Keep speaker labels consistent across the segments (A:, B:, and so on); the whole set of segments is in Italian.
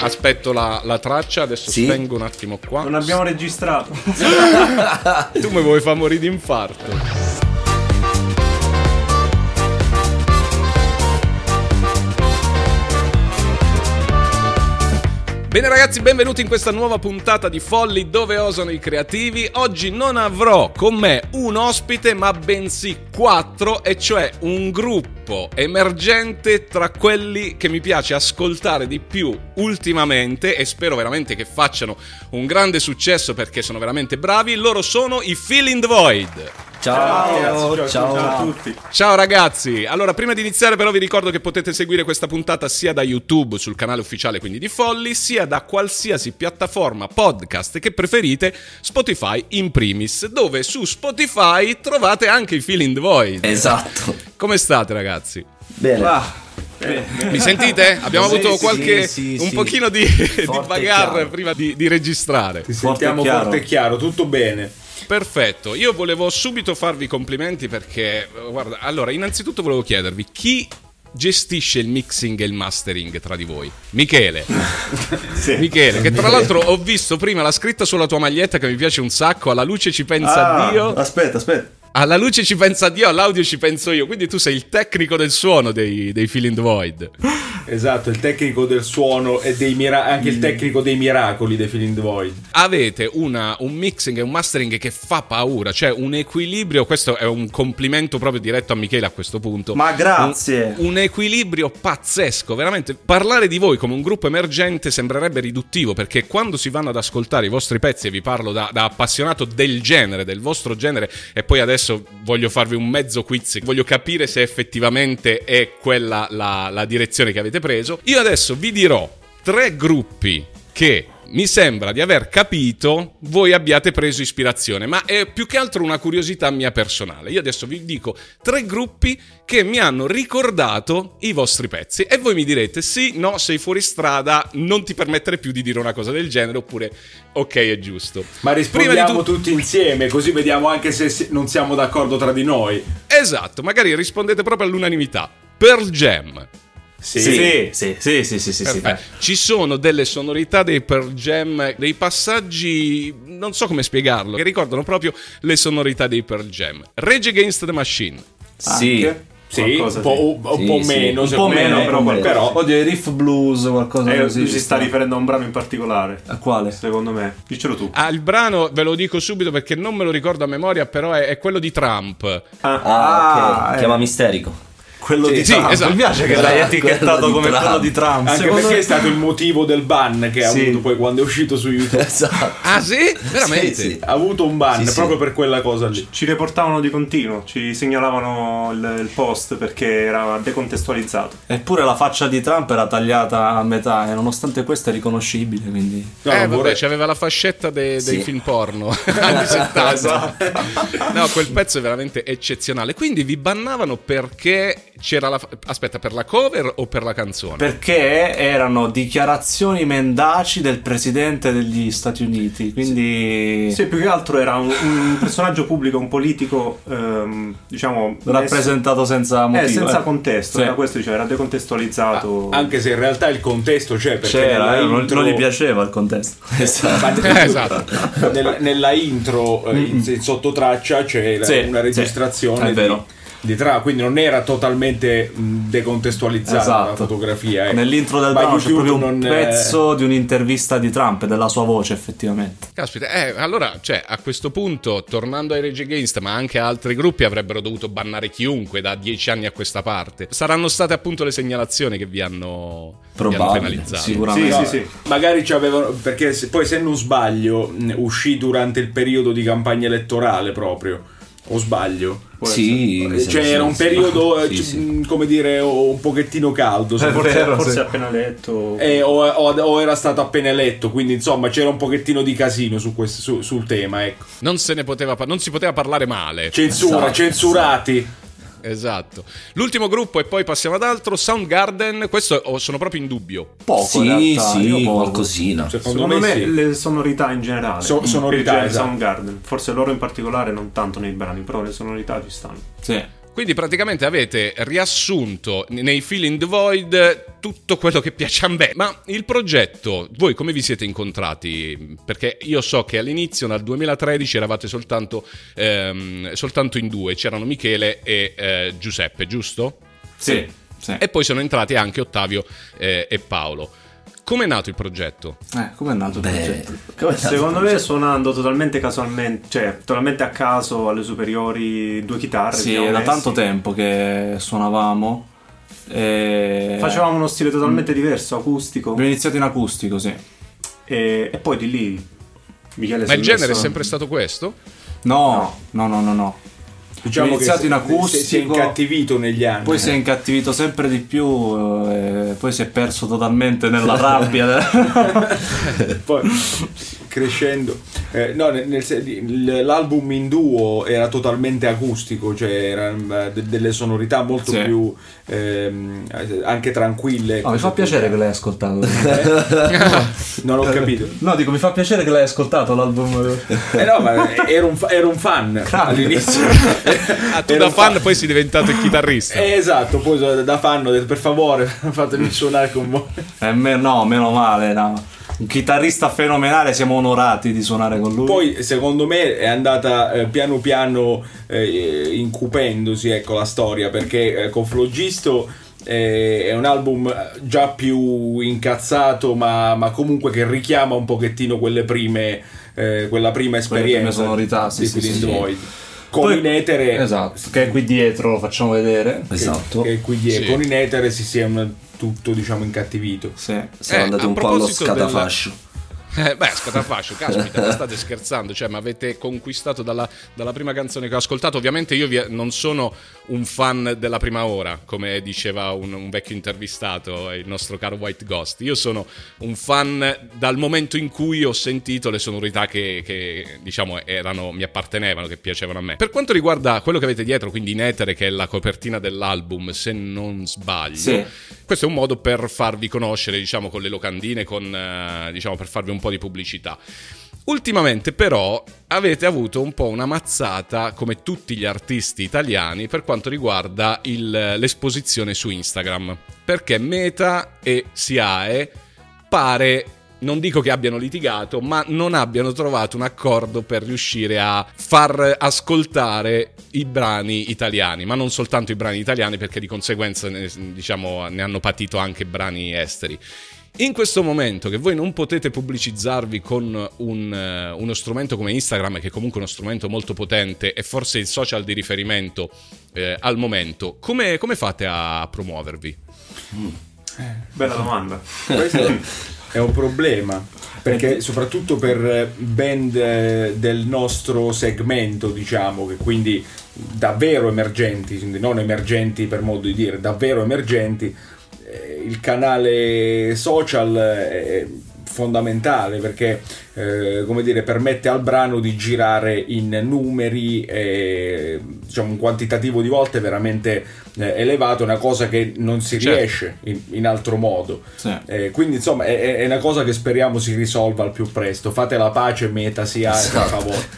A: aspetto la, la traccia, adesso
B: Sì?
A: spengo un attimo qua.
C: Non abbiamo registrato.
A: Tu mi vuoi far morire di infarto. Bene ragazzi, benvenuti in questa nuova puntata di Folli dove osano i creativi. Oggi non avrò con me un ospite, ma bensì quattro, e cioè un gruppo emergente tra quelli che mi piace ascoltare di più ultimamente e spero veramente che facciano un grande successo perché sono veramente bravi. Loro sono i Fill in the Void.
B: Ciao, ciao.
C: ragazzi, a tutti.
A: Ciao ragazzi, allora prima di iniziare però vi ricordo che potete seguire questa puntata sia da YouTube sul canale ufficiale quindi di Folli, sia da qualsiasi piattaforma podcast che preferite, Spotify in primis, dove su Spotify trovate anche i Fill in the Void.
B: Esatto.
A: Come state ragazzi?
B: Bene.
D: Ah,
A: Mi sentite? Abbiamo
B: Sì,
A: avuto
B: sì,
A: qualche...
B: sì,
A: un
B: sì.
A: pochino di, di
B: Forte e
A: bagarre
B: chiaro.
A: prima di, di registrare.
E: Ti
C: Forte e
E: sentiamo
C: chiaro.
E: forte e chiaro, tutto bene.
A: Perfetto, io volevo subito farvi complimenti perché, eh, guarda, allora, innanzitutto volevo chiedervi chi gestisce il mixing e il mastering tra di voi? Michele. Michele, che tra l'altro ho visto prima la scritta sulla tua maglietta che mi piace un sacco, alla luce ci pensa
C: Ah,
A: Dio,
C: Aspetta, aspetta.
A: alla luce ci pensa Dio, all'audio ci penso io, quindi tu sei il tecnico del suono dei, dei Fill in the Void.
E: Esatto, il tecnico del suono e dei mira- anche il tecnico dei miracoli dei Feeling the Void.
A: avete una- un mixing e un mastering che fa paura, cioè un equilibrio, questo è un complimento proprio diretto a Michele a questo punto.
C: Ma grazie.
A: Un, un equilibrio pazzesco, veramente. Parlare di voi come un gruppo emergente sembrerebbe riduttivo, perché quando si vanno ad ascoltare i vostri pezzi, e vi parlo da, da appassionato del genere, del vostro genere, e poi adesso voglio farvi un mezzo quiz, voglio capire se effettivamente è quella la- la direzione che avete preso. Io adesso vi dirò tre gruppi che mi sembra di aver capito voi abbiate preso ispirazione, ma è più che altro una curiosità mia personale. Io adesso vi dico tre gruppi che mi hanno ricordato i vostri pezzi e voi mi direte sì, no, sei fuori strada, non ti permettere più di dire una cosa del genere oppure ok, è giusto. Prima
E: Ma rispondiamo
A: di tutto-
E: tutti insieme, così vediamo anche se si- non siamo d'accordo tra di noi.
A: Esatto, magari rispondete proprio all'unanimità. Pearl Jam.
E: Sì.
C: sì, sì, sì, sì, sì, sì.
A: Perfetto. Ci sono delle sonorità dei Pearl Jam, dei passaggi, non so come spiegarlo, che ricordano proprio le sonorità dei Pearl Jam. Rage Against the Machine.
C: Sì.
E: Sì,
C: Qualcosa
E: un po',
C: sì.
E: un po'
B: Sì, sì.
E: meno,
C: Un po'
E: secondo
C: meno,
E: me,
C: però qualcosa.
E: però
D: Oddio, i riff blues, qualcosa
C: Eh,
D: così.
C: lui si sta riferendo a un brano in particolare.
D: A quale?
C: Secondo me. Dicelo tu.
A: Ah, il brano ve lo dico subito perché non me lo ricordo a memoria, però è, è quello di Trump.
B: Ah,
D: Ah,
B: ok.
D: eh.
B: Chiama misterico.
C: Quello di
A: sì,
C: Trump.
A: esatto.
C: Mi piace che l'hai
B: Quello
C: etichettato
B: di
C: come
B: Trump.
C: quello di Trump.
E: anche
C: Secondo
E: perché
C: me-
E: è stato il motivo del ban che ha
C: Sì.
E: avuto poi quando è uscito su YouTube.
B: Esatto.
A: Ah sì? Veramente?
B: Sì, sì.
E: Ha avuto un ban
B: Sì, sì.
E: proprio per quella cosa lì.
C: Ci riportavano di continuo, ci segnalavano il, il post perché era decontestualizzato.
D: Eppure la faccia di Trump era tagliata a metà e nonostante questo è riconoscibile, quindi...
E: No,
A: eh,
E: non
A: vabbè,
E: vorrei-
A: c'aveva la fascetta de- dei
B: Sì. Esatto,
A: film porno anni 70. no, quel pezzo è veramente eccezionale. Quindi vi bannavano perché c'era la. fa- Aspetta, per la cover o per la canzone?
D: Perché erano dichiarazioni mendaci del presidente degli Stati Uniti, quindi...
C: Sì, più che altro era un, un personaggio pubblico, un politico, ehm, diciamo...
D: Rappresentato senza
C: messo- eh,
D: motivo. ecco.
C: senza contesto,
D: Sì.
C: era questo diceva, era decontestualizzato.
E: Ah, Anche se in realtà il contesto c'è perché
D: C'era,
E: nella
D: eh, non,
E: intro-
D: non gli piaceva il contesto.
A: Eh, esatto.
E: Nel- nella intro eh, in, in sottotraccia c'era
D: Sì,
E: una
D: sì,
E: registrazione
D: è vero.
E: Di, di tra, quindi non era totalmente mh, decontestualizzata la
D: Esatto.
E: fotografia. eh.
A: ecco.
D: Nell'intro del
E: Ma
D: brano c'è
E: YouTube
D: proprio un
E: non, eh,
D: pezzo di un'intervista di Trump, della sua voce effettivamente.
A: Caspita, eh, allora, cioè, a questo punto, tornando ai Rage Against, ma anche a altri gruppi, avrebbero dovuto bannare chiunque da dieci anni a questa parte. Saranno state appunto le segnalazioni che vi hanno, vi hanno
B: Probabile,
A: penalizzato.
C: Sì,
D: Sicuramente.
C: sì, sì.
E: Magari ci avevano. Perché se- poi, se non sbaglio, mh, uscì durante il periodo di campagna elettorale proprio. O sbaglio?
B: Sì, mi
E: Cioè,
B: sembra
E: era
B: sì,
E: un
B: sì.
E: periodo, eh,
B: Sì,
E: c-
B: sì.
E: mh, come dire, o- un pochettino caldo. se
C: Eh,
E: non
C: forse,
E: erro.
C: forse
D: sì.
C: appena letto.
E: Eh, o, o- o era stato appena eletto, quindi insomma c'era un pochettino di casino su questo- su- sul tema. Ecco.
A: Non se ne poteva par- non si poteva parlare male.
E: Censura,
B: Esatto,
E: censurati.
A: Esatto. L'ultimo gruppo, e poi passiamo ad altro. Soundgarden. Questo oh, sono proprio in dubbio.
D: Poco
B: Sì,
D: in realtà, io
B: sì,
D: poco.
B: qualcosina.
E: Cioè, Secondo,
C: Secondo me
E: sì.
C: le sonorità in generale.
E: So-
C: Mm.
E: sonorità,
C: Per il genere
E: esatto.
C: Soundgarden. Forse loro in particolare non tanto nei brani, però le sonorità ci stanno.
D: Sì.
A: Quindi praticamente avete riassunto nei Fill in the Void tutto quello che piace a me. Ma il progetto, voi come vi siete incontrati? Perché io so che all'inizio, dal 2013, eravate soltanto, ehm, soltanto in due, c'erano Michele e eh, Giuseppe, giusto?
D: Sì, sì.
A: E poi sono entrati anche Ottavio eh, e Paolo. Com'è nato il progetto?
D: Eh, com'è nato il
B: Beh,
D: progetto?
B: come è stato
C: Secondo
B: il
C: me suonando totalmente casualmente, cioè totalmente a caso alle superiori due chitarre.
D: Sì,
C: abbiamo
D: è da
C: Cioè, messi.
D: tanto tempo che suonavamo. E...
C: Facevamo uno stile totalmente
D: Mm.
C: diverso, acustico.
D: Abbiamo iniziato in acustico, sì.
C: E, e poi di lì Michele
A: Ma il
C: si è
A: genere è
C: messo-
A: sempre stato questo?
D: No, no, no, no, no.
E: Diciamo
D: Abbiamo iniziato
E: che
D: in
E: si-
D: acustico.
E: Si è incattivito negli anni.
D: Poi si è incattivito sempre di più, eh, poi si è perso totalmente nella rabbia.
E: Poi crescendo, eh, no, nel- nel sen- il- l'album in duo era totalmente acustico, cioè erano eh, de- delle sonorità molto
D: Sì.
E: più ehm, eh, anche tranquille.
D: No, mi fa piacere che l'hai ascoltato.
E: Non Eh, ho capito.
D: No, dico, mi fa piacere che l'hai ascoltato l'album.
E: Eh no, ma ero un, fa- ero un fan all'inizio.
A: Ah, tu
E: Ero
A: da
E: un
A: fan poi sei diventato il chitarrista.
E: Eh, esatto, poi so- da fan ho detto per favore fatemi suonare con voi.
D: Eh, me- no, meno male, no. Un chitarrista fenomenale, siamo onorati di suonare con lui.
E: Poi secondo me è andata eh, piano piano eh, incupendosi ecco, la storia perché eh, con Flogisto eh, è un album già più incazzato ma, ma comunque che richiama un pochettino quelle prime, eh, quella prima
D: prime
E: esperienza
D: sonorità, sì,
E: di
D: sì,
E: Fill in
D: sì,
E: the
D: sì.
E: Void. Con
D: Poi-
E: in etere
D: Esatto, che è qui dietro, lo facciamo vedere.
B: progetto? Esatto.
E: che qui dietro,
A: Sì.
E: con in etere si sia un- tutto diciamo incattivito.
D: Sì.
B: Siamo
A: Eh,
B: andati
A: a
B: un po' allo
A: proposito della-
B: scatafascio.
A: Eh, beh, scatafascio, caspita, ma state scherzando, cioè, ma avete conquistato dalla, dalla prima canzone che ho ascoltato. Ovviamente io vi- eh, non sono un fan della prima ora, come diceva un, un vecchio intervistato, eh, il nostro caro White Ghost. Io sono un fan dal momento in cui ho sentito le sonorità che, che, diciamo, erano, mi appartenevano, che piacevano a me. Per quanto riguarda quello che avete dietro, quindi in etere, che è la copertina dell'album, se non sbaglio,
D: Sì.
A: questo è un modo per farvi conoscere, diciamo, con le locandine, con, eh, diciamo, per farvi un po' di pubblicità. Ultimamente, però, avete avuto un po' una mazzata, come tutti gli artisti italiani, per quanto riguarda il- eh, l'esposizione su Instagram. Perché Meta e SIAE pare. Non dico che abbiano litigato, ma non abbiano trovato un accordo per riuscire a far ascoltare i brani italiani, ma non soltanto i brani italiani, perché di conseguenza ne, diciamo, ne hanno patito anche brani esteri. In questo momento che voi non potete pubblicizzarvi con un, eh, uno strumento come Instagram, che è comunque uno strumento molto potente e forse il social di riferimento eh, al momento, come, come fate a promuovervi?
C: Bella domanda.
E: questo è un problema perché soprattutto per band eh, del nostro segmento diciamo che quindi davvero emergenti quindi non emergenti per modo di dire davvero emergenti eh, il canale social è fondamentale perché eh, come dire permette al brano di girare in numeri e, diciamo un quantitativo di volte veramente eh, elevato una cosa che non si
A: Certo.
E: riesce in- in altro modo
D: Sì.
E: eh, quindi insomma è- è, è una cosa che speriamo si risolva al più presto. Fate la pace, meta sia per
B: Esatto.
E: favore.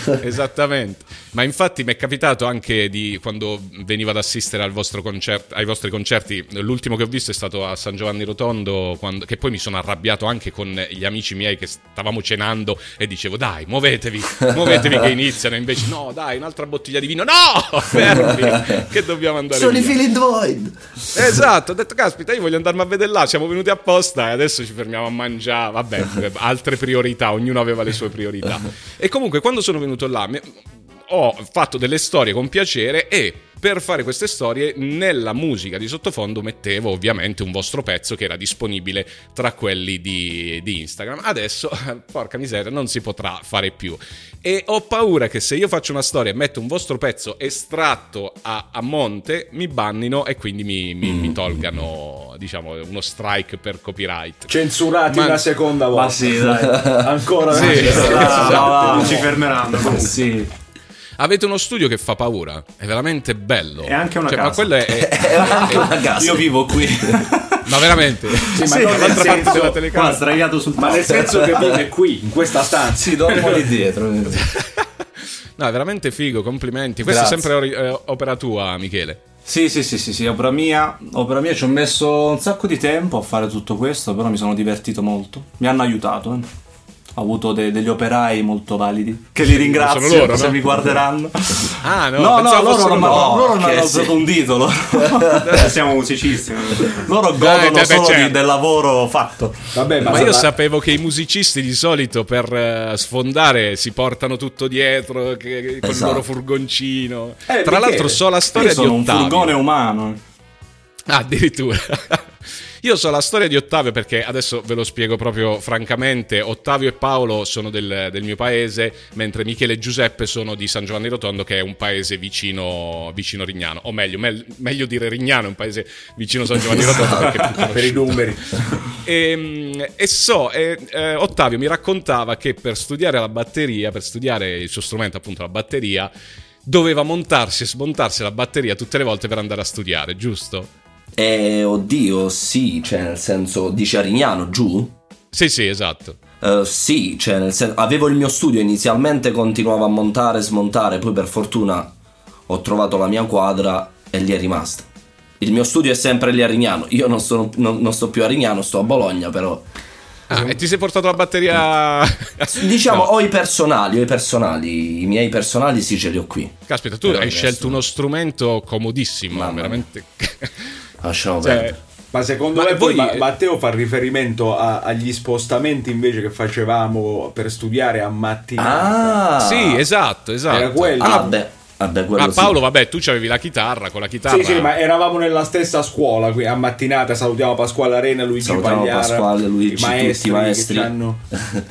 A: Esattamente. Ma infatti mi è capitato anche di quando venivo ad assistere al vostro concerto- ai vostri concerti. L'ultimo che ho visto è stato a San Giovanni Rotondo, quando- che poi mi sono arrabbiato anche con gli amici miei che stavamo cenando e dicevo dai, muovetevi, muovetevi che iniziano. Invece no, dai, un'altra bottiglia di vino. No, fermi, che dobbiamo andare.
B: Sono i
A: via.
B: Fill in the Void.
A: Esatto, ho detto caspita, io voglio andarmi a vedere là, siamo venuti apposta e adesso ci fermiamo a mangiare, vabbè, altre priorità, ognuno aveva le sue priorità. E comunque quando sono venuto là mi- ho fatto delle storie con piacere e per fare queste storie nella musica di sottofondo mettevo ovviamente un vostro pezzo che era disponibile tra quelli di, di Instagram. Adesso, porca miseria, non si potrà fare più. E ho paura che se io faccio una storia e metto un vostro pezzo estratto a, a monte, mi bannino e quindi mi, mi- mi tolgano, diciamo, uno strike per copyright.
E: Censurati
A: Ma-
E: una seconda volta.
D: Ma sì, dai.
E: Ancora
A: Sì,
E: una
A: sì,
B: Esatto.
E: seconda
A: sì,
E: volta.
D: Ah,
C: non
D: no.
C: ci fermeranno
D: Ma
C: comunque.
D: sì.
A: Avete uno studio che fa paura, è veramente bello.
C: È anche una
A: cioè, Ma
C: casa.
A: quello è... è-
B: È anche una casa.
D: Io vivo qui.
A: ma veramente...
E: Sì, ma
B: Sì,
E: no,
B: nel
E: nel
B: senso-
E: senso,
A: della telecamera.
C: Qua sdraiato sul
E: ma
C: tavolo.
E: nel senso che vive qui, in questa stanza.
B: Sì, dormo lì dietro.
A: No, è veramente figo, complimenti. Questa è
D: Grazie.
A: sempre ori- eh, opera tua, Michele.
D: Sì, sì, sì, sì, sì, opera mia. Opera mia, ci ho messo un sacco di tempo a fare tutto questo, però mi sono divertito molto. Mi hanno aiutato. eh. Ho avuto de- degli operai molto validi, che li ringrazio
A: Sono loro,
D: se
A: no?
D: mi guarderanno.
A: Ah, no,
D: no, no,
A: pensavo
D: loro
A: fossero
D: non,
A: loro.
D: no, loro non
B: che
D: hanno
B: sì.
D: alzato un dito, loro,
C: Siamo musicisti.
D: loro
A: Dai, dai,
D: godono
A: beh,
D: solo di-
A: certo.
D: del lavoro fatto.
E: Vabbè, ma,
A: Ma io
E: sarà-
A: sapevo che i musicisti di solito per eh, sfondare si portano tutto dietro che- che- con il
B: Esatto.
A: loro furgoncino.
E: Eh,
A: Tra
E: Michele,
A: l'altro so la storia
D: Io
A: di
D: sono un
A: Ottavio.
D: furgone umano. eh.
A: Ah, addirittura. Io so la storia di Ottavio perché adesso ve lo spiego proprio francamente. Ottavio e Paolo sono del, del mio paese, mentre Michele e Giuseppe sono di San Giovanni Rotondo, che è un paese vicino, vicino Rignano. O meglio, mel- meglio dire Rignano, è un paese vicino San Giovanni Rotondo perché è più
E: per i
A: conosciuto.
E: numeri.
A: E, mm, e so, e, eh, Ottavio mi raccontava che per studiare la batteria, per studiare il suo strumento, appunto la batteria, doveva montarsi e smontarsi la batteria tutte le volte per andare a studiare, giusto?
B: Eh, oddio, sì, cioè nel senso, dice Arignano, giù?
A: Sì, sì, esatto.
B: Eh, sì, cioè nel senso, avevo il mio studio inizialmente, continuavo a montare e smontare, poi per fortuna ho trovato la mia quadra e lì è rimasta. Il mio studio è sempre lì a Rignano, io non, sono- non- non sto più a Rignano, sto a Bologna però.
A: Ah, e ti sei portato la batteria...
B: Diciamo,
A: No,
B: ho i personali, ho i personali, i miei personali sì ce li ho qui.
A: Caspita, tu
B: Però il
A: hai
B: resto-
A: scelto uno strumento comodissimo,
B: Mamma mia.
A: veramente...
B: Lasciamo
A: cioè,
B: perdere.
E: Ma secondo
A: Ma
E: me poi
A: voi-
E: Ma- Matteo fa riferimento a- agli spostamenti invece che facevamo per studiare a eh, mattinata.
B: Ah!
A: Sì, esatto, esatto.
E: Era quello.
B: Ah, beh, vabbè, quello
A: Ma
B: sì.
A: Paolo, vabbè, tu avevi la chitarra, con la chitarra...
E: Sì, sì, ma eravamo nella stessa scuola qui a mattinata. Salutiamo Pasquale Arena, Luigi
B: Salutiamo
E: Pagliara,
B: Pasquale, Luigi,
E: i
B: tutti i
E: maestri,
B: maestri.
E: che ci hanno-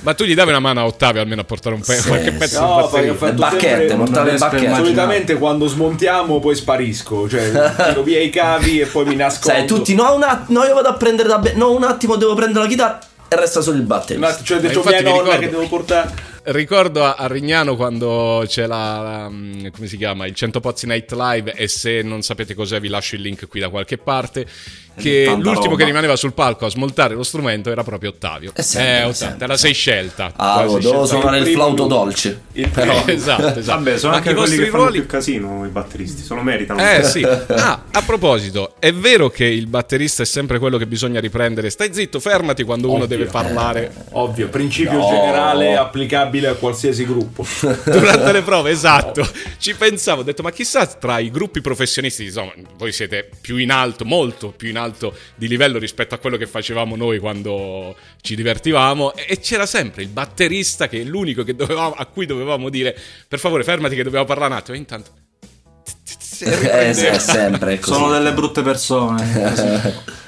A: Ma tu gli davi una mano a Ottavio almeno a portare un pe-
B: Sì,
A: qualche pezzo
B: sì.
A: di
E: No,
A: batteria?
E: perché ho fatto
B: bacchette,
E: sempre-
B: mortale
D: non riesco a
B: bacchette.
D: immaginare.
E: Solitamente quando smontiamo poi sparisco, cioè tiro via i cavi e poi mi nascondo.
B: Sai, Cioè, tutti, no, un att- no, io vado a prendere da... be- no, un attimo devo prendere la chitarra e resta solo il
E: Un
B: batterista.
E: attimo, cioè, ho
A: Ma
E: detto
A: infatti
E: mia
A: mi
E: nonna
A: ricordo.
E: che devo portare.
A: Ricordo a, a Rignano quando c'è la, la, mm, come si chiama? Il 100 Pozzi Night Live e se non sapete cos'è vi lascio il link qui da qualche parte che
D: Tanta
A: l'ultimo
D: roba.
A: che rimaneva sul palco a smoltare lo strumento era proprio Ottavio.
B: Eh, sempre,
A: eh, Ottavio,
B: sempre,
A: te la sei scelta.
B: Ah,
A: Te la
B: oh,
A: sei
B: devo
A: scelta.
B: suonare il,
E: primo
B: flauto
E: lui.
B: dolce. Eh,
E: Il
B: però.
E: primo.
A: esatto, esatto.
C: Vabbè, sono
A: Ma
C: anche
A: i
C: quelli
A: vostri
C: che fanno
A: ruoli
C: più casino i batteristi, se lo meritano.
A: Eh sì. Ah, a proposito, è vero che il batterista è sempre quello che bisogna riprendere. Stai zitto, fermati quando uno
E: Ovvio.
A: deve parlare
E: Ovvio, principio
B: No.
E: generale applicabile a qualsiasi gruppo.
A: durante le prove, esatto. Ci pensavo, ho detto, ma chissà tra i gruppi professionisti, insomma, voi siete più in alto, molto più in alto di livello rispetto a quello che facevamo noi quando ci divertivamo. E, e c'era sempre il batterista che è l'unico che dovevamo- a cui dovevamo dire, per favore, fermati che dobbiamo parlare un attimo. E intanto...
B: Eh, sì, è sempre così.
D: Sono delle brutte persone.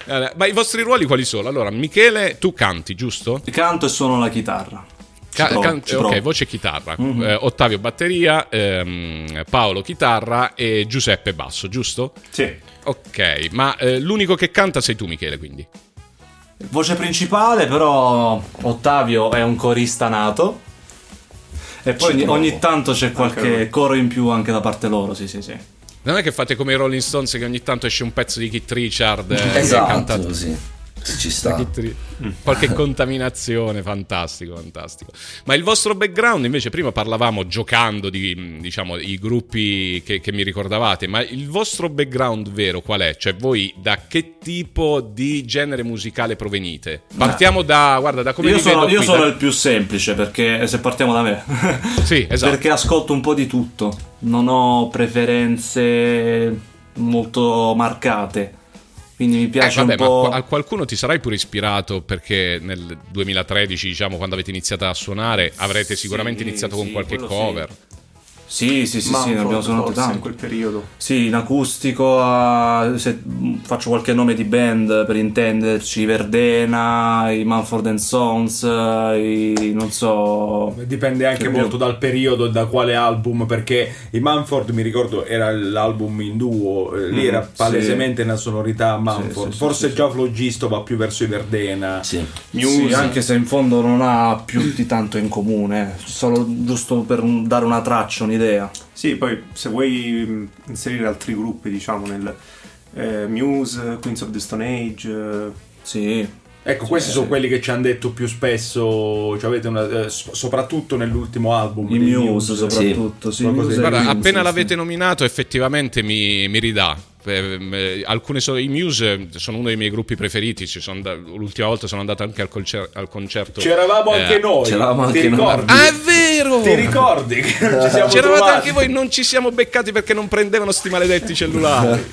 A: Eh, Ma i vostri ruoli quali sono? Allora, Michele, tu canti, giusto?
D: Canto e suono la chitarra.
A: Ca-
D: provo,
A: can-
D: ci
A: ok,
D: provo. Mhm.
A: voce e chitarra. Eh, Ottavio batteria, ehm, Paolo chitarra e Giuseppe basso, giusto?
C: Sì.
A: Ok, ma eh, l'unico che canta sei tu, Michele, quindi.
D: Voce principale, però Ottavio è un corista nato. E poi
B: Ci
D: ogni,
B: provo.
D: ogni tanto c'è
C: Anche
D: qualche
C: lui.
D: coro in più anche da parte loro, sì, sì, sì.
A: Non è che fate come i Rolling Stones che ogni tanto esce un pezzo di Kit Richard eh, che ha cantato.
B: Esatto, sì. Ci sta.
D: Esatto.
A: Kit Ri- Qualche contaminazione, fantastico, fantastico. Ma il vostro background, invece, prima parlavamo giocando di mh, diciamo i gruppi che, che mi ricordavate, ma il vostro background vero qual è? Cioè, voi da che tipo di genere musicale provenite? Partiamo da, guarda, da come
D: io
A: vi
D: sono,
A: vedo
D: io
A: qui, eh.
D: sono
A: da-
D: il più semplice perché eh, se partiamo da me.
A: Sì, esatto.
D: Perché ascolto un po' di tutto. Non ho preferenze molto marcate. Quindi mi
A: Eh,
D: piace
A: vabbè,
D: un po'.
A: ma qua- a qualcuno ti sarai pure ispirato perché nel 2013, diciamo, quando avete iniziato a suonare, avrete
D: Sì,
A: sicuramente iniziato con
D: sì,
A: qualche
D: quello sì.
A: cover.
D: Sì, sì, sì, sì, ne abbiamo suonato
C: forse in
D: tanto.
C: quel periodo.
D: Sì, in acustico, a- se mh, faccio qualche nome di band per intenderci, i Verdena, i Manford and Sons, eh, i non so...
E: Dipende anche
D: Abbiamo-
E: molto dal periodo e da quale album, perché i Manford mi ricordo era l'album in duo, eh, lì era
D: Mhm, sì.
E: palesemente una sonorità Manford,
D: sì,
E: forse
D: sì,
E: già Flogisto va più verso i Verdena.
B: Sì.
C: Muse.
D: Sì, anche se in fondo non ha più di tanto in comune, solo giusto per un- dare una traccia, un'idea.
C: Sì, poi se vuoi mh, inserire altri gruppi, diciamo, nel eh, Muse, Queens of the Stone Age, eh,
D: Sì,
E: Ecco, questi sono quelli che ci hanno detto più spesso, cioè avete una- eh, so- soprattutto nell'ultimo album.
D: I
E: dei
D: Muse soprattutto. Sì,
E: Qualcosa
D: Muse
E: di-
D: e
A: Guarda,
D: Muse,
A: appena
D: sì.
A: l'avete nominato, effettivamente mi, mi ridà. Eh, eh, alcune so- I Muse eh, sono uno dei miei gruppi preferiti. ci sono da- l'ultima volta sono andato anche al, concer- al concerto.
E: C'eravamo
A: eh,
E: anche noi.
B: c'eravamo
E: ti
B: anche noi.
E: ricordi?
A: Ah, è vero!
E: Ti ricordi che non ci siamo
A: C'eravate
E: trovati?
A: anche voi, non ci siamo beccati perché non prendevano sti maledetti cellulari.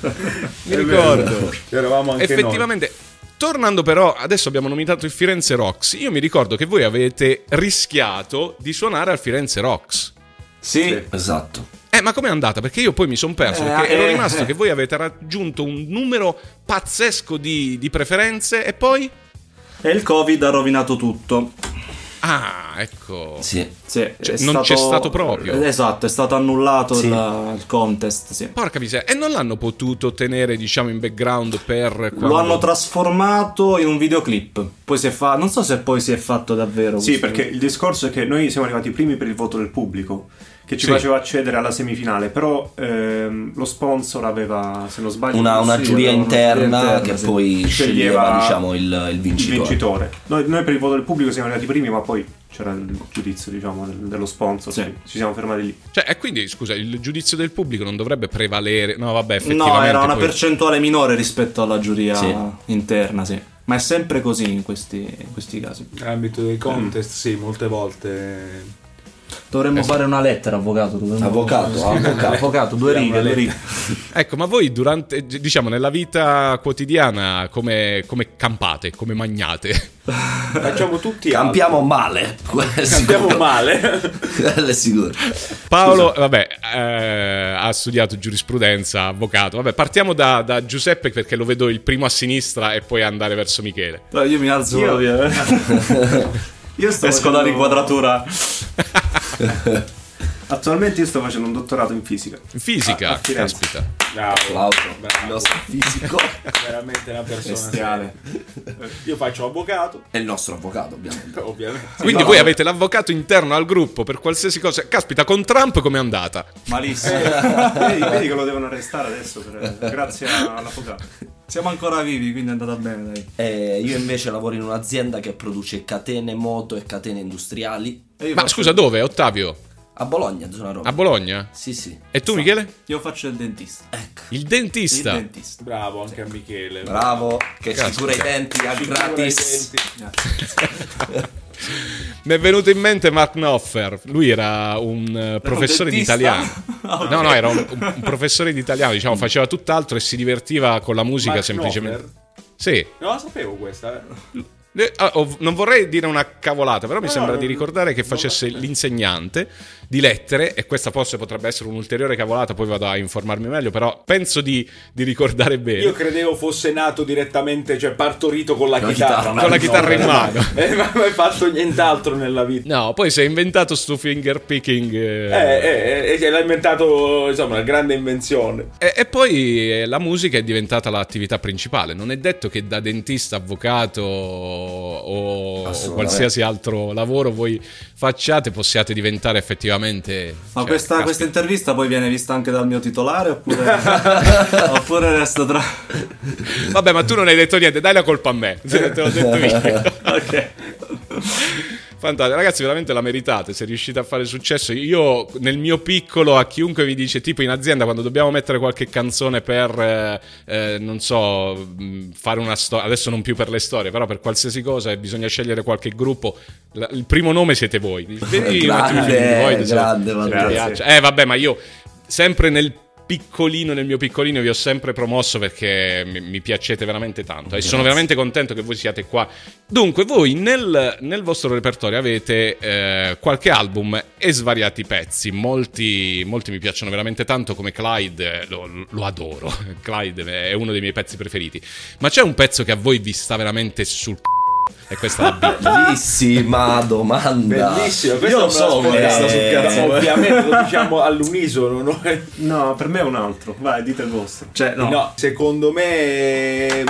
A: Mi ricordo.
E: C'eravamo anche noi.
A: Effettivamente. Tornando però, adesso abbiamo nominato il Firenze Rocks. Io mi ricordo che voi avete rischiato di suonare al Firenze Rocks.
D: Sì,
B: Esatto.
A: Eh, ma com'è andata? Perché io poi mi sono perso.
D: Eh,
A: perché
D: eh,
A: ero rimasto
D: eh.
A: che voi avete raggiunto un numero pazzesco di, di preferenze e poi.
D: e il Covid ha rovinato tutto.
A: Ah, ecco.
B: Sì.
D: Sì,
A: Cioè,
D: è
A: non c'è stato proprio.
D: Esatto, è stato annullato
B: Sì.
D: la- il contest. Sì.
A: Porca miseria. E non l'hanno potuto tenere, diciamo, in background per. Quando...
D: Lo hanno trasformato in un videoclip. Poi si è fa- Non so se poi si è fatto davvero.
C: Sì,
D: questo.
C: perché il discorso è che noi siamo arrivati primi per il voto del pubblico, che ci
A: Sì.
C: faceva accedere alla semifinale, però ehm, lo sponsor aveva, se non sbaglio,
B: Una, una
D: Sì, una giuria
B: giuria interna
D: interna,
B: che
D: sì.
B: poi
C: Sceglieva
B: sceglieva diciamo, il, il
C: il
B: vincitore.
C: vincitore. Noi, noi per il voto del pubblico siamo arrivati primi, ma poi c'era il giudizio, diciamo, del- dello sponsor,
D: Sì.
C: quindi ci siamo fermati lì.
A: Cioè, e quindi, scusa, il giudizio del pubblico non dovrebbe prevalere. No, vabbè, effettivamente.
D: No, era una
A: poi-
D: percentuale minore rispetto alla giuria
B: Sì.
D: interna, sì. Ma è sempre così in questi, in questi casi.
E: Nell'ambito dei contest, sì, molte volte.
D: Dovremmo fare una lettera, avvocato. dovremmo-
B: Avvocato, avvocato.
D: avvocato, due
E: Scriviamo
D: righe,
E: una
D: due righe.
A: Ecco, ma voi durante, diciamo, nella vita quotidiana come, come campate, come magnate?
E: Facciamo tutti
B: Campiamo male. quello è
E: altri. Campiamo
B: sicuro.
E: male.
B: Quello è sicuro.
A: Paolo, vabbè, eh, ha studiato giurisprudenza, avvocato. Vabbè, partiamo da, da Giuseppe perché lo vedo il primo a sinistra e poi andare verso Michele.
D: Però Io mi alzo
C: Io-
D: via. eh.
C: Io sto
D: Esco dalla inquadratura.
C: Attualmente io sto facendo un dottorato in fisica.
A: In Fisica,
C: Ah, a Firenze.
A: caspita.
E: Bravo.
B: Applauso.
E: Bravo.
B: Il nostro fisico.
E: Veramente una persona.
D: Bestiale.
E: seria. Io faccio avvocato,
B: È il nostro avvocato, ovviamente.
E: ovviamente.
A: Quindi
B: no.
A: voi avete l'avvocato interno al gruppo per qualsiasi cosa. Caspita, con Trump com'è andata?
D: Malissimo.
C: vedi, vedi che lo devono arrestare adesso, per- grazie all'avvocato.
D: Siamo ancora vivi, quindi è andata bene, dai.
B: Eh, io invece lavoro in un'azienda che produce catene moto e catene industriali
D: E io
A: Ma
D: faccio-
A: scusa, dove, Ottavio?
B: a Bologna, zona Roma.
A: A Bologna?
B: sì, sì.
A: E tu, Michele?
D: Io faccio il dentista.
B: Ecco.
A: Il
D: Il
A: dentista.
D: dentista.
E: Bravo anche a Michele.
B: Bravo, che
A: Grazie.
B: si cura i denti a
E: Sicuro ai
B: gratis.
E: denti.
A: Mi è venuto in mente Mark Knopfler. Lui era un eh, professore di
D: dentista?
A: italiano.
D: Ah, ok.
A: No, no, era un, un- un professore di italiano, diciamo, faceva tutt'altro e si divertiva con la musica
E: Mark
A: semplicemente.
E: Knopfler?
A: Sì.
E: No, la sapevo questa. eh.
A: Eh, ah, ov- Non vorrei dire una cavolata, però mi
E: No,
A: sembra
E: Ah, no,
A: di
E: no,
A: ricordare che
E: no,
A: facesse
E: no.
A: l'insegnante di lettere, e questa forse potrebbe essere un'ulteriore cavolata, poi vado a informarmi meglio, però penso di, di ricordare bene.
E: Io credevo fosse nato direttamente, cioè partorito con la
B: Con la
E: chitarra.
B: chitarra.
E: ma
A: Con la
E: no,
A: chitarra in
E: no.
A: mano.
E: Eh, ma non hai fatto nient'altro nella vita.
A: No, poi si è inventato sto finger picking.
E: Eh, eh, eh, eh, l'ha inventato, insomma, una grande invenzione.
A: E, e poi eh, la musica è diventata l'attività principale. Non è detto che da dentista, avvocato o, o
B: Assolutamente.
A: qualsiasi altro lavoro voi facciate possiate diventare effettivamente.
D: Ma
A: cioè,
D: questa,
A: caspita.
D: questa intervista poi viene vista anche dal mio titolare oppure, oppure resta tra...
A: Vabbè, ma tu non hai detto niente, dai la colpa a me. Te l'ho detto io.
D: ok.
A: Fantastico, ragazzi, veramente la meritate. Se riuscite a fare successo, io nel mio piccolo, a chiunque vi dice, tipo in azienda, quando dobbiamo mettere qualche canzone per, eh, eh, non so, mh, fare una storia, adesso non più per le storie, però per qualsiasi cosa e bisogna scegliere qualche gruppo, la- il primo nome siete voi. Vedi un attimo i film di voi,
B: grande,
A: diciamo,
B: grande,
A: se vi
B: Matteo.
C: grazie.
A: piace. Eh, vabbè, ma io sempre nel piccolino nel mio piccolino vi ho sempre promosso perché mi, mi piacete veramente tanto e sono veramente contento che voi siate qua Dunque, voi nel, nel vostro repertorio avete eh, qualche album e svariati pezzi. Molti, molti mi piacciono veramente tanto, come Clyde, eh, lo, lo adoro. Clyde è uno dei miei pezzi preferiti. Ma c'è un pezzo che a voi vi sta veramente sul c***o. E questa è la B.
B: Bellissima domanda.
E: Bellissimo,
D: Io
E: questo
D: lo
E: non
D: so,
E: me l'aspettavo.
B: questa sul
E: Eh,
B: cazzo.
E: Ovviamente lo diciamo all'unisono. Noi.
C: No, per me è un altro. Vai, dite il vostro.
D: Cioè, no.
E: No. secondo me eh,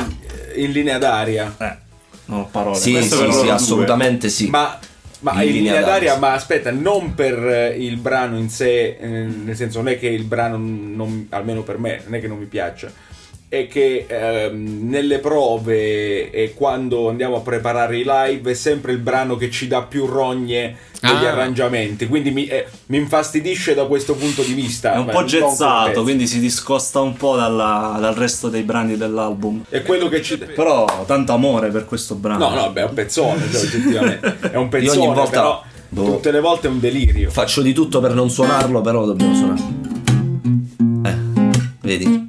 E: in linea d'aria.
D: Eh, non ho parole.
B: Sì,
D: Questo
C: ve
B: sì,
C: lo
B: sì,
C: due.
B: assolutamente sì.
E: Ma, ma in, linea, d'aria, ma aspetta, non per eh, il brano in sé, eh, nel senso non è che il brano non- almeno per me, non è che non mi piaccia. è che ehm, nelle prove e quando andiamo a preparare i live è sempre il brano che ci dà più rogne degli
A: Ah.
E: arrangiamenti, quindi mi, eh, mi infastidisce da questo punto di vista.
D: È un
E: ma
D: po'
E: non
D: gezzato,
E: contento.
D: quindi si discosta un po' dalla- dal resto dei brani dell'album.
E: È quello che ci...
D: Però tanto amore per questo brano.
E: No, no, beh, è un pezzone, cioè, oggettivamente. È un
B: ogni
E: pezzone,
B: volta-
E: però
B: Boh.
E: tutte le volte è un delirio.
B: Faccio di tutto per non suonarlo, però dobbiamo suonarlo. Eh, vedi?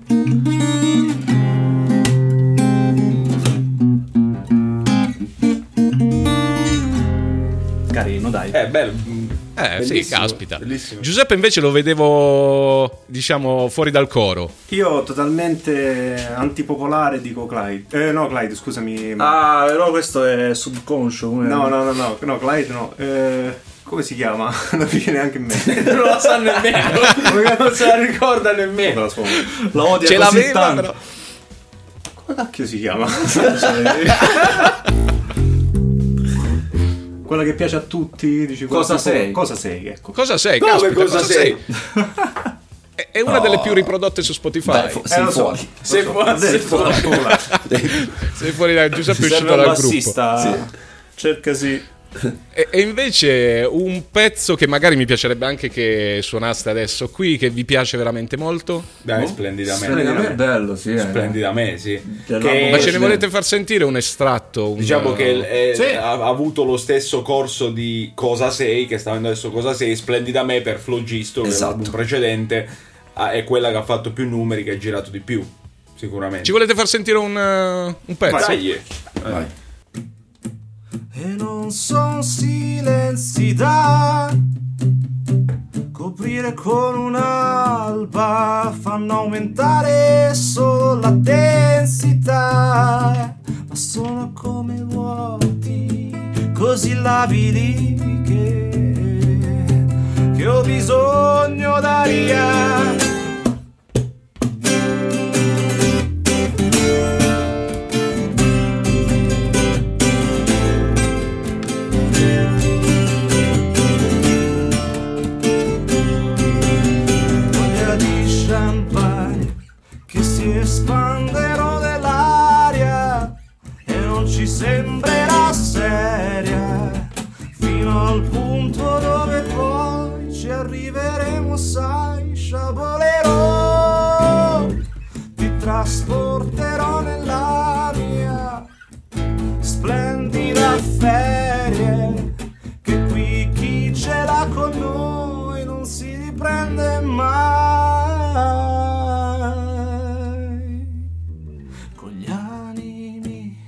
D: Carino, dai.
E: Eh, bello.
A: Eh sì,
E: Bellissimo,
A: caspita.
E: bellissimo.
A: Giuseppe invece lo vedevo, diciamo, fuori dal coro.
C: Io totalmente antipopolare dico Clyde. Eh no, Clyde, scusami.
D: Ah, però questo è subconscio. come-
C: No, no, no, no, no, Clyde no. Eh, come si chiama? Non mi viene neanche in mente.
E: non lo sa nemmeno, non se la ricorda nemmeno.
C: suono.
D: La odia
A: Ce
D: così
A: l'aveva,
D: tanto.
A: però.
C: Come cacchio si chiama? Quella che piace a tutti, dici quella
D: Cosa
C: tipo-
D: sei?
C: Cosa sei, ecco.
A: Cosa sei?
E: Come
A: Caspita,
E: cosa sei?
A: È- È una delle più riprodotte su Spotify.
B: Dai, fu-
C: Eh,
B: sei
C: lo so.
B: fuori.
E: Se può- se può-
A: Sei fuori da Giuseppe è
D: Ci serve
A: uscito
D: un
A: dal gruppo.
D: bassista. Cercasi.
A: E, e invece un pezzo che magari mi piacerebbe anche che suonaste adesso qui, che vi piace veramente molto.
E: Dai,
D: Splendida, è
E: splendidamente.
D: bello, sì. eh.
E: Splendidamente, sì.
D: Dell'album
A: Ma ce
D: sì.
A: ne volete far sentire un estratto? Un,
E: Diciamo che eh,
D: Sì.
E: ha ha avuto lo stesso corso di Cosa Sei, che sta avendo adesso Cosa Sei, Splendida Me per Flogisto, che è
B: Esatto.
E: l'album precedente, ah, è quella che ha fatto più numeri, che ha girato di più, sicuramente. Cioè,
A: Ci volete far sentire un, eh, un pezzo?
E: Dai,
B: Vai.
D: E non son silenzi da coprire con un'alba, fanno aumentare solo la densità, ma sono come vuoti, così labili che, che ho bisogno d'aria. voglia di champagne che si espanderò nell'aria e non ci sembrerà seria fino al punto dove poi ci arriveremo sai sciabolerò ti trasporterò nella mia splendida ferie che qui chi ce l'ha con noi non si riprende mai con gli animi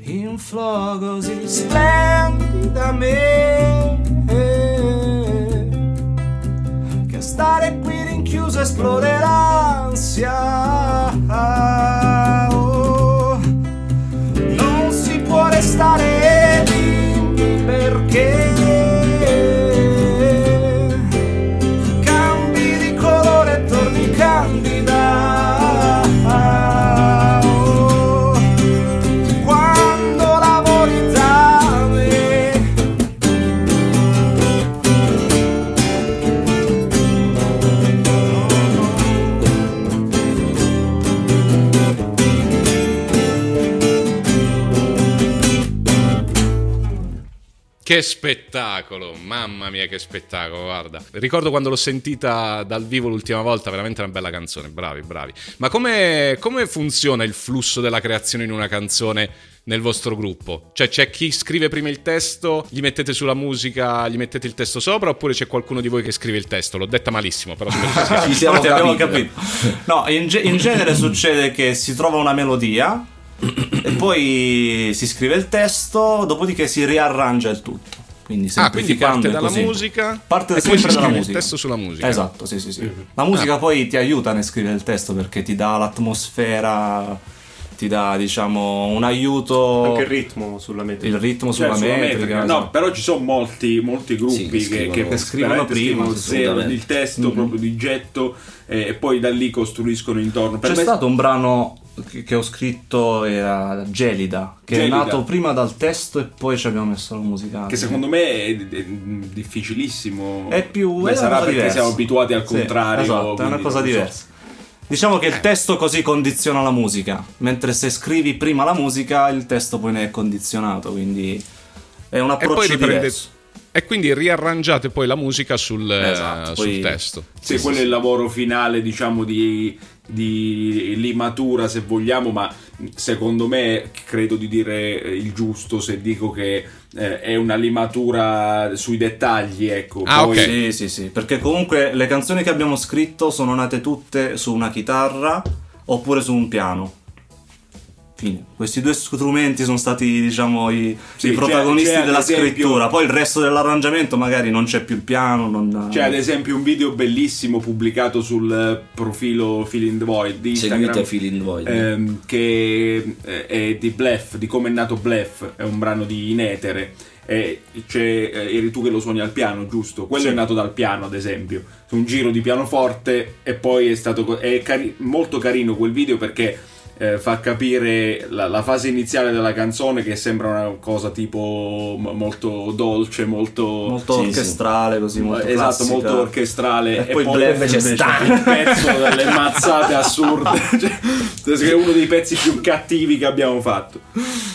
D: in flow così splendida me che a stare qui rinchiuso esplode l'ansia Oh, non si può restare lì perché cambi di colore e torni candida Oh, quando lavori da me
A: Che spettacolo, mamma mia che spettacolo, guarda. Ricordo quando l'ho sentita dal vivo l'ultima volta, veramente una bella canzone, bravi, bravi. Ma come, come funziona il flusso della creazione in una canzone nel vostro gruppo? Cioè c'è chi scrive prima il testo, gli mettete sulla musica, gli mettete il testo sopra oppure c'è qualcuno di voi che scrive il testo? L'ho detta malissimo, però spero ci sia.
B: Ci siamo
D: Infatti abbiamo
B: capiti.
D: capito. No, in, ge- in genere succede che si trova una melodia e poi si scrive il testo, dopodiché si riarrangia il tutto. Quindi
A: Ah, quindi
D: semplificando
A: parte
D: e
A: dalla
D: così.
A: musica
D: Parte
A: e poi
D: sempre
A: si
D: dalla
A: scrive
D: musica.
A: il testo sulla musica. Ah.
D: Esatto, sì, sì, sì.
B: Mm-hmm.
D: La musica poi ti aiuta nel scrivere il testo perché ti dà l'atmosfera, ti dà, diciamo, un aiuto.
C: Anche il ritmo sulla mente.
D: il ritmo
E: Cioè,
D: sulla
E: sulla
D: metrica,
E: metrica,
D: esatto.
E: no, però ci sono molti, molti gruppi
B: Sì, che
E: che,
B: scrivono-
E: che
B: che
D: scrivono
E: veramente
D: prima,
E: scrivono zero
B: assolutamente.
E: il testo proprio di getto eh, e poi da lì costruiscono intorno. Per
D: C'è
E: me-
D: stato un brano che, che ho scritto, era Gelida, che
E: Gelida.
D: è nato prima dal testo e poi ci abbiamo messo la musicale.
E: che secondo me è, è- è difficilissimo.
D: è più...
E: Beh,
D: Ah. è una
E: sarà
D: cosa
E: perché
D: diversa.
E: siamo abituati al
D: Sì,
E: contrario.
D: esatto, è una
E: quindi non so.
D: cosa
E: Eh.
D: diversa. Diciamo che il testo così condiziona la musica, mentre se scrivi prima la musica il testo poi ne è condizionato, quindi è un
A: E poi
D: approccio
A: riprende.
D: diverso.
A: E quindi riarrangiate poi la musica sul, eh,
D: Esatto,
A: sul
D: poi-
A: testo.
E: Sì, quello è il lavoro finale, diciamo, di, di limatura, se vogliamo, ma secondo me credo di dire eh, il giusto se dico che eh, è una limatura sui dettagli, ecco.
A: Ah,
E: Poi-
A: ok.
D: Sì, sì, sì, perché comunque le canzoni che abbiamo scritto sono nate tutte su una chitarra oppure su un piano. Fine. Questi due strumenti sono stati, diciamo, i,
E: Sì,
D: i
E: c'è-
D: protagonisti
E: c'è ad
D: della
E: esempio-
D: scrittura. Poi il resto dell'arrangiamento magari non c'è più il piano, non...
E: C'è ad esempio un video bellissimo pubblicato sul eh, profilo Fill in the Void di Instagram.
B: Seguite Fill in the Void. Eh,
E: ehm, che eh, è di Blef, di come è nato Blef, è un brano di Inetere. E c'è, eh, eri tu che lo suoni al piano, giusto? Quello
D: Sì.
E: è nato dal piano, ad esempio. Su un giro di pianoforte e poi è stato... co- È cari- molto carino quel video perché eh, fa capire la, la fase iniziale della canzone che sembra una cosa tipo m- molto dolce, molto...
D: molto
B: Sì, sì.
D: orchestrale, così, molto
E: esatto,
D: classica.
E: molto orchestrale.
D: E poi Blef
B: invece sta.
E: un pezzo delle mazzate assurde. Cioè, è uno dei pezzi più cattivi che abbiamo fatto.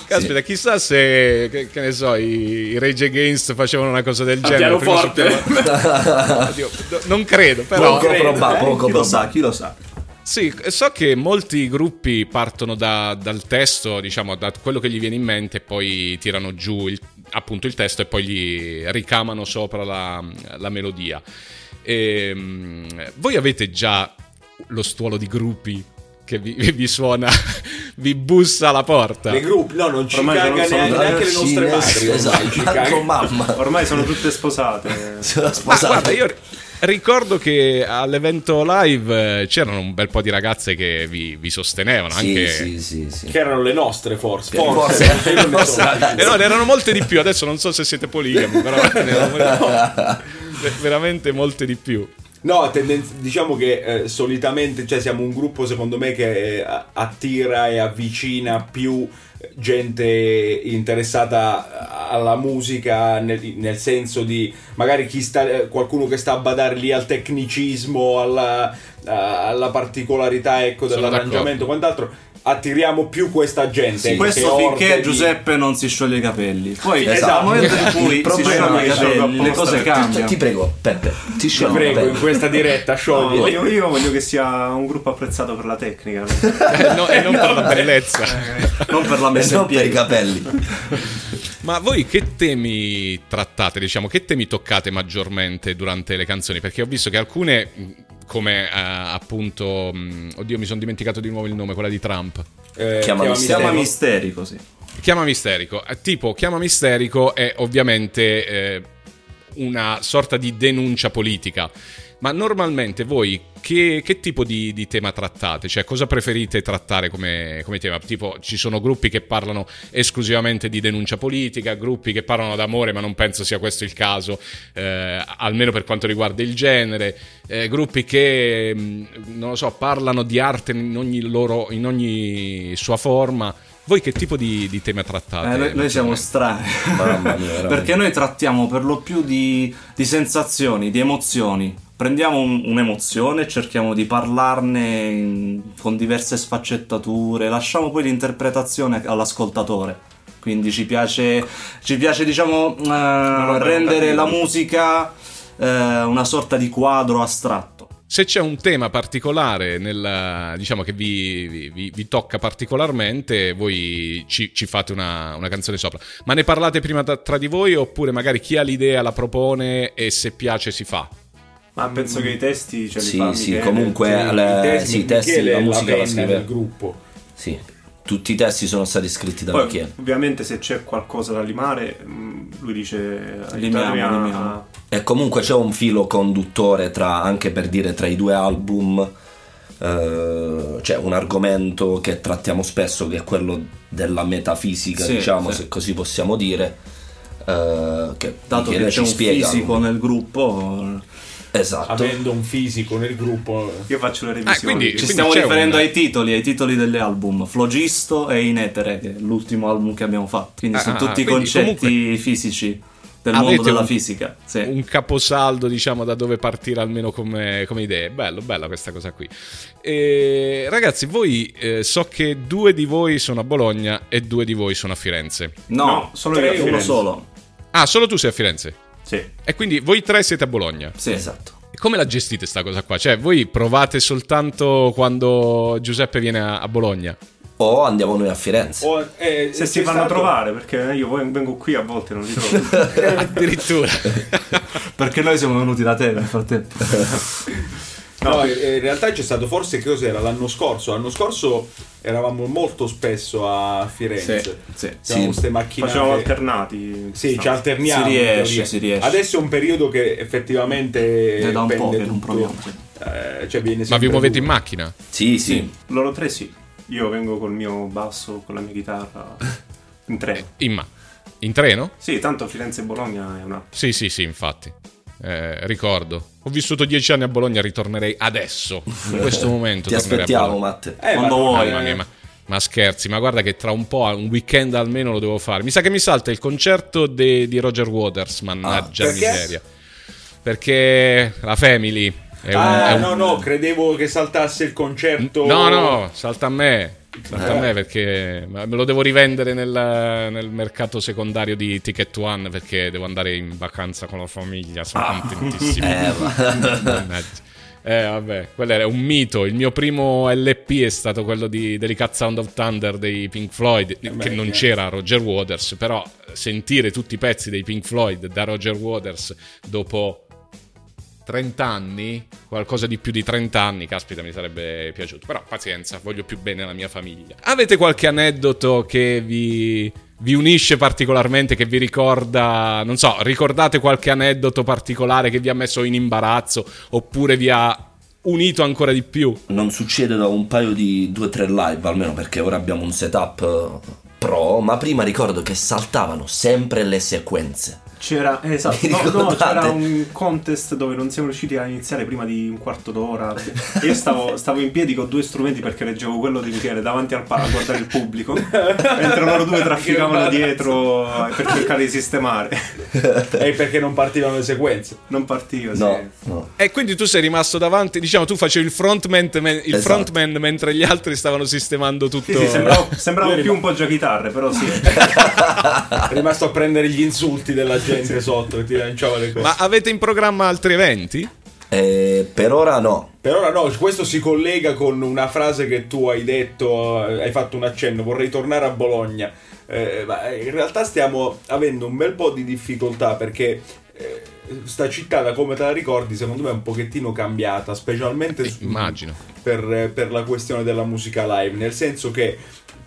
A: Caspita, chissà se, che, che ne so, i, i Rage Against facevano una cosa del
E: Al
A: genere. Cioè, prima sul
E: pianoforte.
A: piano- Oddio, no- non credo, però.
B: poco
E: credo,
B: proba-
D: Eh,
B: poco
D: chi lo
B: proba-
D: sa, chi lo sa.
A: Sì, so che molti gruppi partono da- dal testo, diciamo, da quello che gli viene in mente, e poi tirano giù il- appunto il testo e poi gli ricamano sopra la, la melodia. Ehm, voi avete già lo stuolo di gruppi che vi, vi suona, vi bussa alla porta.
E: Le gruppi, no, non ci
C: Ormai
E: caga
C: non sono
E: neanche, neanche le nostre
B: Sì,
E: madri. ormai ci
B: Esatto,
E: caga.
B: manco mamma.
C: Ormai sono tutte sposate.
B: Se la
A: Ma
B: sposata.
A: guarda, io ricordo che all'evento live eh, c'erano un bel po' di ragazze che vi, vi sostenevano.
B: Sì,
A: anche...
B: sì, sì, sì.
E: Che erano le nostre forse.
B: Che
E: Forse.
B: forse-
E: Io non ne so.
B: forse-
A: Eh no, ne erano molte di più. Adesso non so se siete poligami, però ne erano ve- veramente molte di più.
E: No, tendenz- diciamo che eh, solitamente cioè, siamo un gruppo secondo me che eh, attira e avvicina più gente interessata alla musica nel, nel senso di magari chi sta, eh, qualcuno che sta a badare lì al tecnicismo, alla, a- alla particolarità ecco,
A: Sono
E: dell'arrangiamento, quant'altro attiriamo più questa gente.
B: Sì.
E: ecco,
D: Questo
E: che
D: finché
E: orde di-
D: Giuseppe non si scioglie i capelli. Poi
E: Esatto.
D: dal momento in
B: Il
D: cui si
B: problema
D: scioglie i
C: è che
D: capelli, le
C: apposta
D: cose
C: per-
D: cambiano.
B: Ti prego, Peppe, ti
E: Ti
B: sciogli.
E: prego,
B: Peppe.
E: in questa diretta
C: No,
E: sciogli.
C: voglio- io voglio che sia un gruppo apprezzato per la tecnica. no?
A: Eh, no, e non per la bellezza.
D: Non per la
B: E
D: messa in
B: non per i
D: piedi.
B: capelli.
A: Ma voi che temi trattate, diciamo, che temi toccate maggiormente durante le canzoni? Perché ho visto che alcune, mh, come eh, appunto, mh, oddio, mi sono dimenticato di nuovo il nome, quella di Trump.
E: Eh,
B: Chiama
E: chiama
D: Chiama
B: Mister.
E: Mister.
D: misteri così.
A: Chiama misterico, Eh, tipo chiama misterico è ovviamente eh, una sorta di denuncia politica, ma normalmente voi che, che tipo di, di tema trattate? Cioè cosa preferite trattare come, come tema? Tipo ci sono gruppi che parlano esclusivamente di denuncia politica, gruppi che parlano d'amore ma non penso sia questo il caso, eh, almeno per quanto riguarda il genere, eh, gruppi che mh, non lo so, parlano di arte in ogni, loro, in ogni sua forma. Voi che tipo di, di tema
B: Ah,
A: trattate?
D: Eh, noi, noi siamo strani.
B: Mamma mia, veramente.
D: Perché noi trattiamo per lo più di, di sensazioni, di emozioni. Prendiamo un- un'emozione e cerchiamo di parlarne in- con diverse sfaccettature, lasciamo poi l'interpretazione all'ascoltatore. Quindi ci piace, ci piace diciamo, eh, rendere la musica eh, una sorta di quadro astratto.
A: Se c'è un tema particolare nel, diciamo, che vi, vi- vi- vi tocca particolarmente, voi ci, ci fate una, una canzone sopra. Ma ne parlate prima tra, tra di voi oppure magari chi ha l'idea la propone e se piace si fa?
C: Ma penso che i testi ce li
B: Mm. Sì,
C: fa
B: sì,
C: Michele.
B: comunque
C: Sì.
B: le-
E: Michele-
B: sì, i testi,
E: Michele
B: la
E: è
B: musica la
E: penna
B: scrive.
E: del gruppo.
B: Sì, tutti i testi sono stati scritti da
C: Poi,
B: Michele.
C: ovviamente se c'è qualcosa da limare, mh, lui dice
D: Limiamo,
C: aiutatemi a-
D: limiamo.
B: E comunque c'è un filo conduttore tra, anche per dire, tra i due album. eh, c'è un argomento che trattiamo spesso che è quello della metafisica,
D: Sì,
B: diciamo,
D: sì.
B: se così possiamo dire. eh, che
D: Dato
B: Michele
D: che c'è
B: ci
D: un
B: spiega.
D: fisico nel gruppo,
B: Esatto.
E: avendo un fisico nel gruppo eh.
C: Io faccio le revisioni.
A: quindi-
D: Ci stiamo
A: c'è
D: riferendo
A: un-
D: ai titoli, ai titoli degli album, eh, Flogisto e Inetere, che è l'ultimo album che abbiamo fatto. Quindi
A: Ah,
D: sono tutti
A: quindi
D: concetti
A: comunque-
D: fisici del mondo
A: Avete
D: della
A: un-
D: fisica. Sì.
A: un caposaldo, diciamo, da dove partire almeno come, come idee. Bello, bella questa cosa qui. E, ragazzi, voi eh, so che due di voi sono a Bologna e due di voi sono a Firenze.
D: No,
C: No, solo
D: tre,
C: io a
D: uno
C: Firenze.
D: solo.
A: Ah, solo tu sei a Firenze.
C: Sì.
E: Eh,
A: E quindi voi tre siete a Bologna.
D: Sì.
B: Esatto.
A: E Come la gestite sta cosa qua? Cioè, voi provate soltanto quando Giuseppe viene a, a Bologna?
B: O andiamo noi a Firenze.
E: O- eh,
C: Se si
E: c'è
C: fanno
E: stato-
C: trovare, perché io poi vengo qui a volte non li trovo.
A: Addirittura.
D: Perché noi siamo venuti da te nel frattempo.
E: No, eh, in realtà c'è stato forse che cos'era l'anno scorso. L'anno scorso eravamo molto spesso a Firenze.
D: Sì, sì.
E: C'erano
B: Sì.
E: queste macchinate.
C: Facciamo alternati.
E: Sì,
C: No.
E: ci alterniamo.
D: Si
E: in teoria.
D: riesce, si riesce.
E: Adesso è un periodo che effettivamente.
D: È da un po'
E: pende
D: che non
E: tutto.
D: proviamo, sì.
E: Eh, cioè viene
A: Ma vi
E: sempre
A: muovete in
E: duro.
A: macchina?
B: Sì, sì.
C: Loro tre sì. Io vengo col mio basso, con la mia chitarra, in tre.
A: In, ma- in treno?
C: Sì, tanto Firenze e Bologna è una...
A: Sì, sì, sì, infatti. Eh, ricordo. Ho vissuto dieci anni a Bologna, ritornerei adesso. In questo momento.
B: Ti
A: tornerei a
B: aspettiamo,
A: Bologna.
B: Matte.
E: Eh,
D: Quando
E: ma-
D: vuoi.
E: eh,
A: Mamma mia, ma, ma scherzi, ma guarda che tra un po' un weekend almeno lo devo fare. Mi sa che mi salta il concerto de- di Roger Waters, mannaggia
E: Ah, perché?
A: miseria. Perché la family è un...
E: Ah,
A: è un-
E: no, no, credevo che saltasse il concerto.
A: No, no, salta a me. Salta a me perché ma me lo devo rivendere nel, nel mercato secondario di Ticket One perché devo andare in vacanza con la famiglia. Sono contentissimo.
B: Eh, ma-
A: Mannaggia. Eh, vabbè, quello era un mito. Il mio primo LP è stato quello di Delicate Sound of Thunder dei Pink Floyd,
E: beh,
A: che non
E: chiaro.
A: c'era Roger Waters, però sentire tutti i pezzi dei Pink Floyd da Roger Waters dopo 30 anni, qualcosa di più di 30 anni, caspita, mi sarebbe piaciuto. Però pazienza, voglio più bene alla mia famiglia. Avete qualche aneddoto che vi, vi unisce particolarmente, che vi ricorda, non so, ricordate qualche aneddoto particolare che vi ha messo in imbarazzo oppure vi ha unito ancora di più?
B: non succede da un paio di 2-3 live almeno perché ora abbiamo un setup eh, pro, ma prima ricordo che saltavano sempre le sequenze.
C: C'era, esatto,
B: Vi
C: no, no,
B: ricordate?
C: c'era un contest dove non siamo riusciti a iniziare prima di un quarto d'ora. Io stavo, stavo in piedi con due strumenti perché leggevo quello di Michele davanti al palo a guardare il pubblico, mentre loro due trafficavano dietro per cercare di sistemare.
E: È perché non partivano le sequenze.
C: Non partiva, sì.
B: No, no.
A: E quindi tu sei rimasto davanti, diciamo, tu facevi il frontman, men- il
B: Esatto.
A: frontman mentre gli altri stavano sistemando tutto.
C: Sì, sì, sembravo, sembravo
E: Lui
C: più un po' chitarre, però sì.
B: Eh,
E: È rimasto a prendere gli insulti della gente sotto che ti lanciava le cose.
A: Ma avete in programma altri eventi?
C: Mm.
B: Eh, per ora no.
E: Per ora no, questo si collega con una frase che tu hai detto, eh, hai fatto un accenno, vorrei tornare a Bologna. Eh, ma in realtà stiamo avendo un bel po' di difficoltà perché eh, sta città, da come te la ricordi, secondo me è un pochettino cambiata, specialmente su-
A: Eh, Immagino.
E: per, eh, per la questione della musica live, nel senso che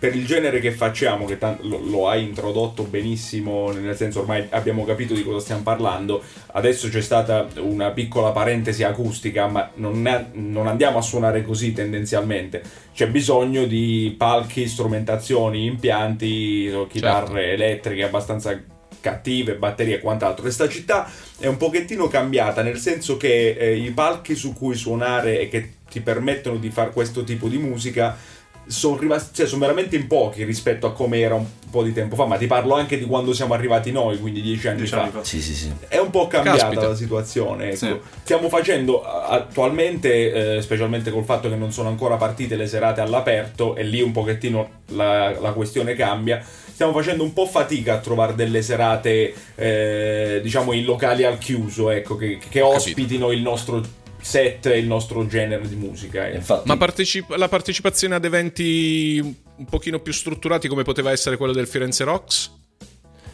E: per il genere che facciamo, che tan- lo, lo hai introdotto benissimo, nel senso ormai abbiamo capito di cosa stiamo parlando, adesso c'è stata una piccola parentesi acustica, ma non, ne- non andiamo a suonare così tendenzialmente, c'è bisogno di palchi, strumentazioni, impianti, chitarre elettriche abbastanza cattive, batterie e quant'altro. E sta città è un pochettino cambiata, nel senso che eh, i palchi su cui suonare e che ti permettono di fare questo tipo di musica sono rimasti, cioè, sono veramente in pochi rispetto a come era un po' di tempo fa, ma ti parlo anche di quando siamo arrivati noi, quindi dieci anni
C: Dieci
E: fa.
C: anni fa.
B: Sì, sì, sì.
E: È un po' cambiata
A: Caspita.
E: la situazione. ecco.
D: Sì.
E: Stiamo facendo a- attualmente, eh, specialmente col fatto che non sono ancora partite le serate all'aperto, e lì un pochettino la, la questione cambia. Stiamo facendo un po' fatica a trovare delle serate, eh, diciamo, in locali al chiuso, ecco, che, che ospitino il nostro set e il nostro genere di musica. ecco.
B: Infatti,
A: Ma partecip- la partecipazione ad eventi un pochino più strutturati come poteva essere quello del Firenze Rocks?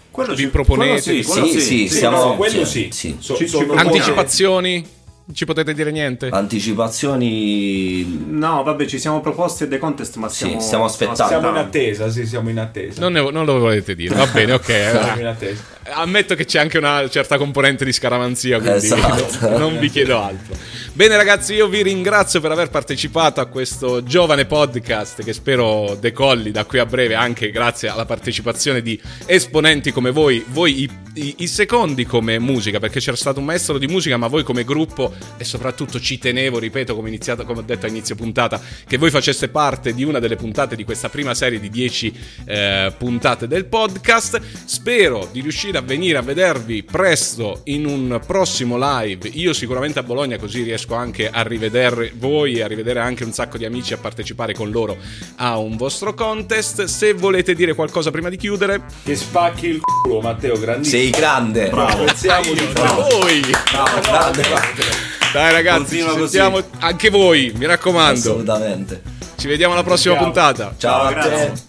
C: Quello
A: Vi
C: ci-
A: proponete?
D: quello sì,
B: sì,
D: quello
B: sì,
D: sì,
B: siamo-
E: no, quello
B: cioè,
E: sì.
B: sì.
E: So-
C: Ci- ci
E: sono-
C: proponiamo.
A: Anticipazioni? Ci potete dire niente?
B: Ah. Anticipazioni
C: No, vabbè, ci siamo proposti a dei contest, ma
B: Sì,
C: stiamo,
B: stiamo aspettando.
E: Siamo in attesa, sì, siamo in attesa.
A: Non, ne- non lo volete dire, va bene, ok.
E: Siamo in
A: eh.
E: attesa.
A: Ammetto che c'è anche una certa componente di scaramanzia, quindi
B: Esatto.
A: non vi chiedo altro. Bene ragazzi, io vi ringrazio per aver partecipato a questo giovane podcast che spero decolli da qui a breve anche grazie alla partecipazione di esponenti come voi, voi i i, i secondi come musica, perché c'era stato un maestro di musica, ma voi come gruppo e soprattutto ci tenevo, ripeto, come, iniziato, come ho detto a inizio puntata, che voi faceste parte di una delle puntate di questa prima serie di 10 eh, puntate del podcast. Spero di riuscire a venire a vedervi presto in un prossimo live. Io sicuramente a Bologna così riesco anche a rivedere voi e a rivedere anche un sacco di amici a partecipare con loro a un vostro contest. Se volete dire qualcosa prima di chiudere,
E: Che spacchi il culo, Matteo, grandissimo.
B: Sei grande.
D: Bravo.
E: Apprezziamo di
A: da
E: più.
A: voi.
B: Bravo, grande.
A: Dai ragazzi,
D: Continua
A: ci
D: così.
A: sentiamo anche voi, mi raccomando.
B: Assolutamente.
A: Ci vediamo alla prossima
E: Ciao.
A: puntata.
B: Ciao, a te.
C: grazie.